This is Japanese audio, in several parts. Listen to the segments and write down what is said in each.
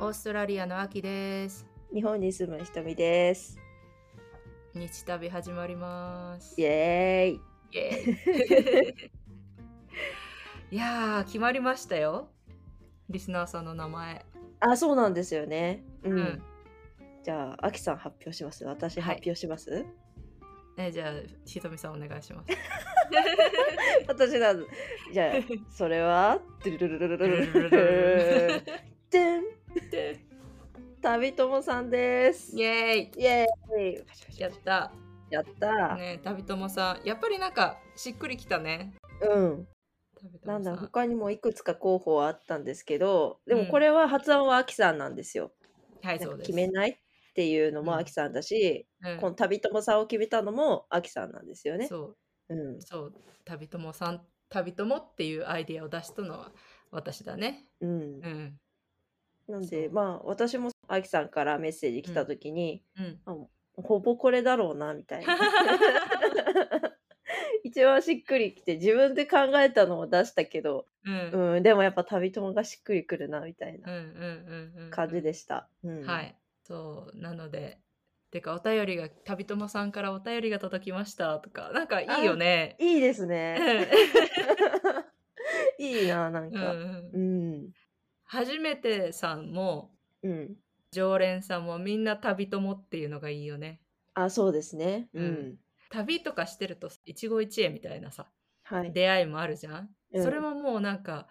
オーストラリアの秋です。日本に住むひとみです。日旅始まります。イエーイ。イエーイ いやー、決まりましたよ。リスナーさんの名前。あ、そうなんですよね。うん。うんじゃあ、あきさん発表します。私はい発表します。えじゃあ、ひとみさんお願いします。私なん。じゃあ、それは。ドゥルルルルルルルルルルでん旅友さんです。 イイエーイエーイ。やった。やった。ね旅ともさん、やっぱりなんかしっくりきたね。うん。旅友なんさだ、他にもいくつか候補はあったんですけど、でうもんこれは発音はあきさんなんですよ。はい、なそんかうです。決めないっていうのうもんあきさんだし、うんこの旅友さんを決めたのもあきさんなんですよね。そう、うん、そう、旅ともさん、旅ともっていうアイディアを出したのは私だね。うんう、ん。なんそうでまあ私もあきさんからメッセージ来た時に、 うん。ほぼこれだろうなみたいな 一番しっくりきて自分で考えたのを出したけど、うん。うん、でもやっぱ旅友がしっくりくるなみたいうんうなんうんうんうん感じでした、うんはいそうなのでてかお便りが旅友さんからお便りが届きましたとかなんかいいよねいいですう ねんいいなな んうかんう、ん初めてさんもうん常連さんもみんな旅友っていうのがいいよねあそうですねうん、うん旅とかしてると一期一会みたいなさはい出会いもあるじゃん、うんそれももうなんか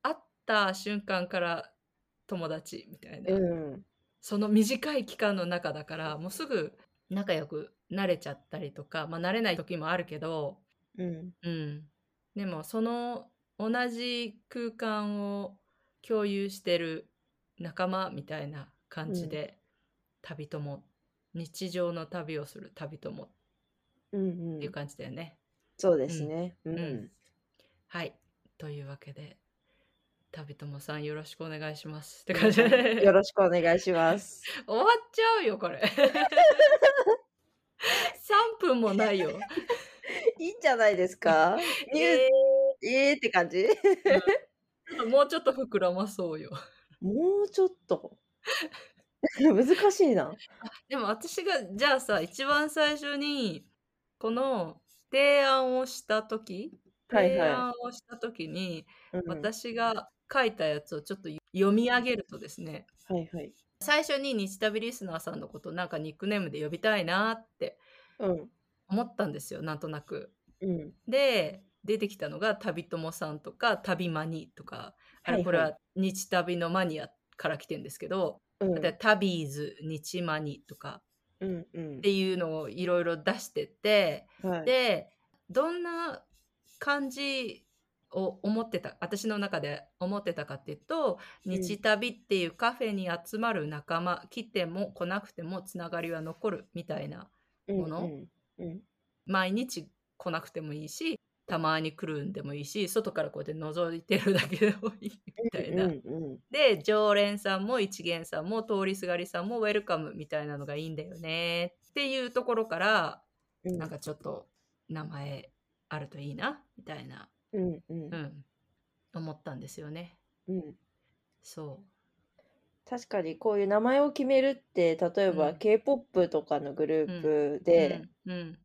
会った瞬間から友達みたいな、うんその短い期間の中だからもうすぐ仲良くなれちゃったりとか、まあ、慣れない時もあるけど、うんうん、でもその同じ空間を共有してる仲間みたいな感じで、旅友日常の旅をする旅友っうてんういうん感じだよね。そうですねうん、うんはいというわけで旅友さんよろしくお願いしますって感じで終よわろしくお願いしますっちゃうよこれ。3分もないよ。 いいんじゃ ないですかニューええーって感じーもうちょっと膨らまそうよ。もうちょっと 難しいな。でも私がじゃあさ一番最初にこの提案をした時はい提は案をした時に、い。うん私が書いたやつをちょっと読み上げるとですねはいはい。最初に日旅リスナーさんのことなんかニックネームで呼びたいなってうん。思ったんですよなんとなく。うん。で出てきたのが「旅友さん」とか「旅マニ」とかあはいはれいこれは日旅のマニアから来てんですけどうん「でタビーズ」「日マニ」とかうんうんっていうのをいろいろ出してて、はいでどんな感じを思ってた私の中で思ってたかっていうと「うん日旅」っていうカフェに集まる仲間来ても来なくてもつながりは残るみたいなうんものうんうん毎日来なくてもいいしたまに来るんでもいいし外からこうやって覗いてるだけでもいいみたいな。うんうんで常連さんも一元さんも通りすがりさんもウェルカムみたいなのがいいんだよねっていうところからうんなんかちょっと名前あるといいなみたいな、うんうんうん、思ったんですよね。うんそ確かにこういう名前を決めるって例えうばん K-POP とかのグループう。でうん、うん、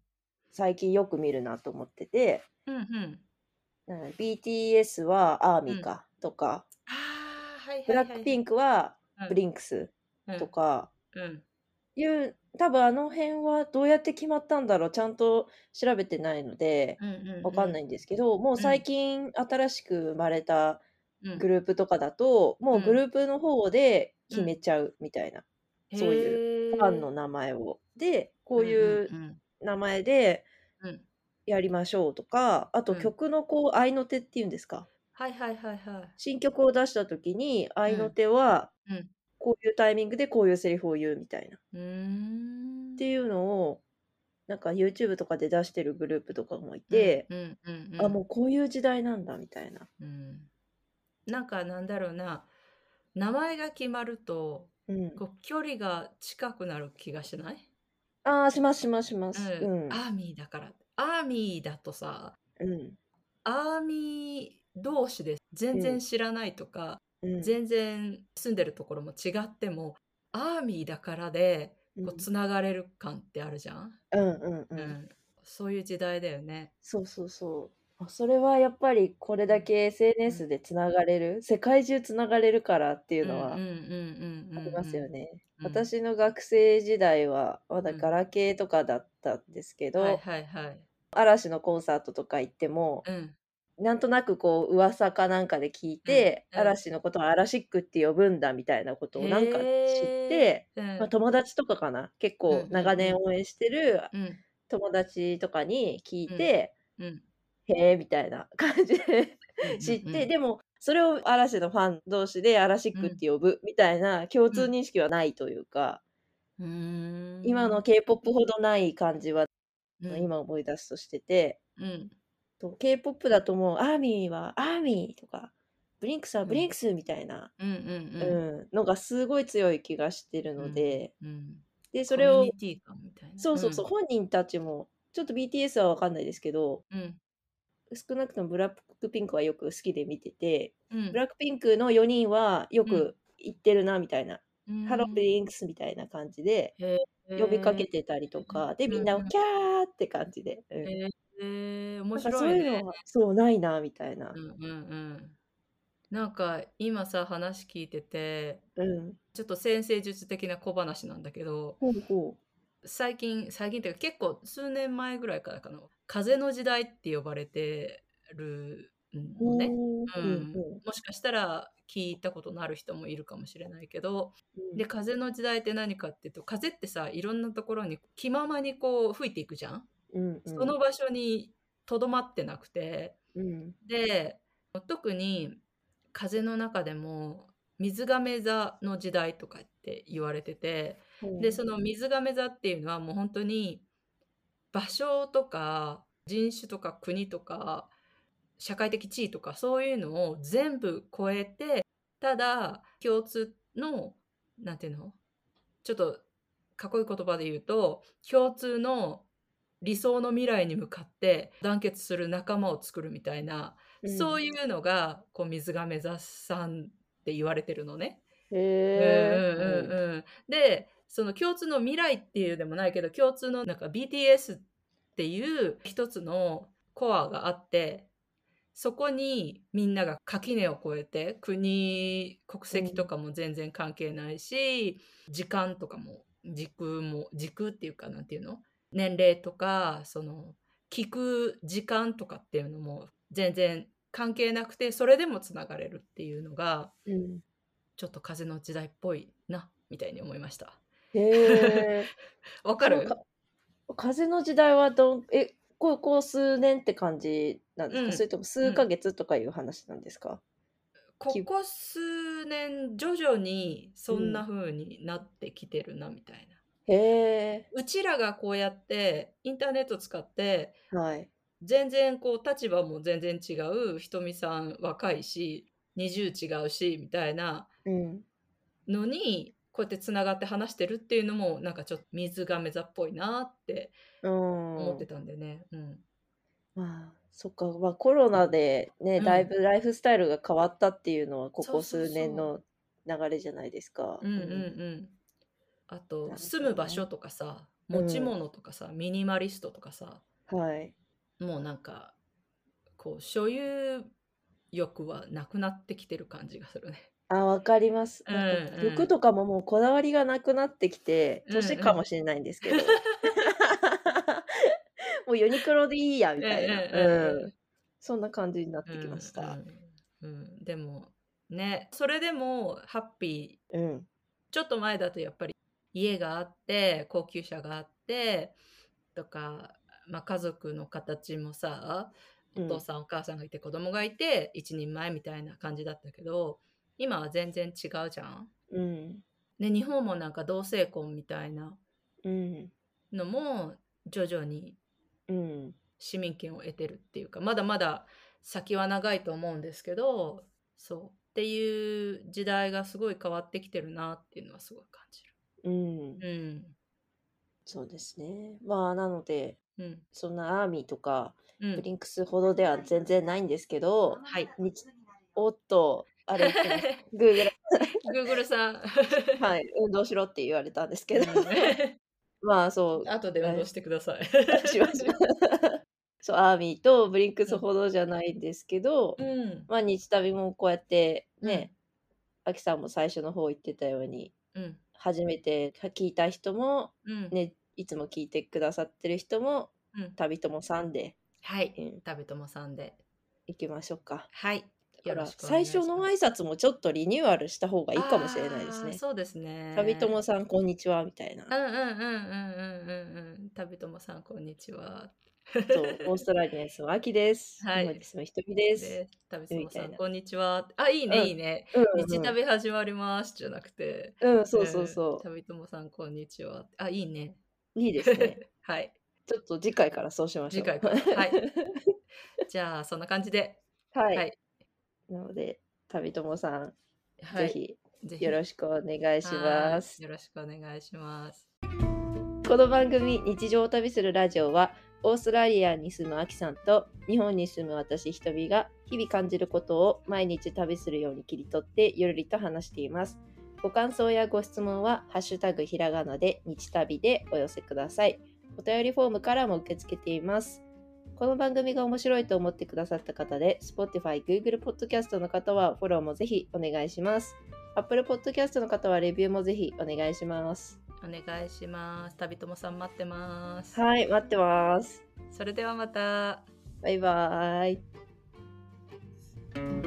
最近よく見るなと思っててうん、うん。なんか BTS はアーミーかとかああ、はいブはいはい。ラックピンクはうんブリンクスうんとかうん、いう多分あの辺はどうやって決まったんだろうちゃんと調べてないのでうん、うん。。わかんないいんですけど、もう最近新しく生まれたうん、グループとかだと、もうグループの方で決めちゃうみたいな、そういファンの名前を。でこういううん、うん名前でうんうん。やりましょうとかあとうん曲のこう合いの手っていうんですかはいはいはいはい。新曲を出した時に合いの手はうんこういうタイミングでこういうセリフを言うみたいな。うーん。っていうのをなんか YouTube とかで出してるグループとかもいて、うん、うん、うんうん。あもうこういう時代なんだみたいな。うん。なんかなんだろうな。名前が決まると、うん、こう距離が近くなる気がしない。ああしますしますします。ううんん、アーミーだからアーミーだとさうんアーミー同士で全然知らないとか、うん全然住んでるところも違ってもアーミーだからでこうつながれる感ってあるじゃん、うんうんううんんそういう時代だよね。そうそうそう。あそれはやっぱりこれだけ SNS でつながれる、世界中つながれるからっていうのはうあんうんうんうんうんうんりますよね。うん私の学生時代はまだうんガラケーとかだったんですけど、はいはいはい。嵐のコンサートとか行っても、うんなんとなくこう噂かなんかで聞いて、うんうん嵐のことは嵐ックって呼ぶんだみたいなことをなんか知って、、へーうんまあ、友達とかかな結うんうん構うん長年応援してるうん友達とかに聞いて、うんへえみたいな感じで 知って、うんうんでもそれを嵐のファン同士で嵐ックって呼ぶみたいな共通認識はないというか、うーん今の k p o p ほどない感じは、うん今思い出すとしててうんと k p o p だともうアーミーはアーミーとかブリンクスはうんブリンクスみたいな、うんううんんうんのがすごい強い気がしてるので、うんでそれをコミュニティ感みたいなそうそうそう、本人たちもちょっと BTS は分かんないですけどうん少なくともブラックピンクはよく好きで見ててうんブラックピンクの4人はよく行ってるなみたいな、うんハローブリンクスみたいな感じで呼びかけてたりとか、でみんなうんうんキャーって感じで、うんへえー、面なんかそ白ういいうねのはそうないなみたいなう、んうんうんなんか今さ話聞いててうん、ちょっと先生術的な小話なんだけどほうほ最近最近っていうか結構数年前ぐらいからかな風の時代って呼ばれてるうのね、ほううんうんもしかしたら聞いたことのある人もいるかもしれないけどうんで風の時代って何かっていうと風ってさいろんなところに気ままにこう吹いていくじゃん、うんその場所にとどまってなくてうんで特に風の中でも水亀座の時代とかって言われててうんでその水亀座っていうのはもう本当に場所とか人種とか国とか社会的地位とかそういうのを全部超えてただ共通のなんていうのちょっとかっこいい言葉で言うと共通の理想の未来に向かって団結する仲間を作るみたいな、そういいうのがこう水亀座さんって言われてるのね。うんうんうんへうんうん、でその共通の未来っていうでもないけど共通のなんか BTS っていう一つのコアがあってそこにみんなが垣根を越えて国国籍とかも全然関係ないし、時間とかも時空も時空っていうかなんていうの年齢とかその聞く時間とかっていうのも全然関係なくてそれでもつながれるっていうのがえうんちょっと風の時代っぽいなみたいに思いました。へえわかるそのか風の時代はどんえここ数年って感じなんですか、うんそれとも数ヶ月とかいう話なんですか、ここ数年徐々にそんな風になってきてるなみたいな。へうちらがこうやってインターネット使ってえはい全然こう立場も全然違うひとみさん若いし20違うしみたいなうんのにこうやってつながって話してるっていうのもなんかちょっと水亀座っぽいなってうん思ってたんでね。うんまあそっか、まあ、コロナでね、うんだいぶライフスタイルが変わったっていうのはこそうこそうそう数年の流れじゃないですか。うんうんうん、あなるほどとね住む場所とかさうん持ち物とかさ、ミニマリストとかさうんはい。もうなんかこう所有欲はなくなってきてる感じがするね。あ、わかります。なんうんうかん服とかももうこだわりがなくなってきて、うんうん年かもしれないんで すけど。 もうユニクロでいいやみたいな、うんうんうんうんそんな感じになってきました。うんうんうんでもねそれでもハッピーうん、ちょっと前だとやっぱり家があって高級車があってとか、まあ、家族の形もさうおん父さんお母さんがいて子供がいて一人前みたいな感じだったけど今は全然違うじゃん。うん、で日本もなんか同性婚みたいなうん、のも徐々にうん、市民権を得てるっていうかまだまだ先は長いと思うんですけどそうっていう時代がすごい変わってきてるなっていうのはすごい感じうん、る。そうですね。まあなので、うん、うん、そんなアーミーとかうんブリンクスほどでは全然ないんですけど、はい。日おっとあれ言 ってます Google Google さん。はい運動しろって言われたんですけど、う まあそうん後で運動してください。 しました。そう、アーミーとブリンクスほどじゃないんですけど、うん。まあ、日旅もこうやってね、アキさんも最初の方言ってたように、うん。初めて聞いた人も、うん。ね、いつも聞いてくださってる人も、うん旅ともさんで、はい。うん食べともさんで。行きましょうか。はい。だからよろしくお願い最します初の挨拶もちょっとリニューアルした方がいいかもしれないですあーね。そうですね。旅ともさん、こんにちは、み たいな。うんうんうんうんうんうんうん。旅ともさん、こんにちは。そう、 オーストラリアに住むアキです。はい日本に住むひとみです。で、旅ともみたさいん、なこんにちは。あ、いいね、うんいいね。うんうん日旅始まりますじゃなくて。うん、そうそうそん旅ともさん、こんにちは。あ、いいね。う。いいですね。はい。ちょっと次回からそうしましょ次回う。から。はい。じゃあ、そんな感じで。 はい。はいなので、旅友さん、はい。ぜぜひよろしくお願いします。はいよろしくお願いします。この番組、日常を旅するラジオは、オーストラリアに住むアキさんと日本に住む私ひとみが日々感じることを毎日旅するように切り取ってゆるりと話しています。ご感想やご質問は、ハッシュタグひらがなで日旅でお寄せください。お便りフォームからも受け付けています。この番組が面白いと思ってくださった方で、Spotify、Google Podcast の方はフォローもぜひお願いします。Apple Podcast の方はレビューもぜひお願いします。お願いします。旅ともさん待ってます。はい、待ってます。それではまた。バイバーイ。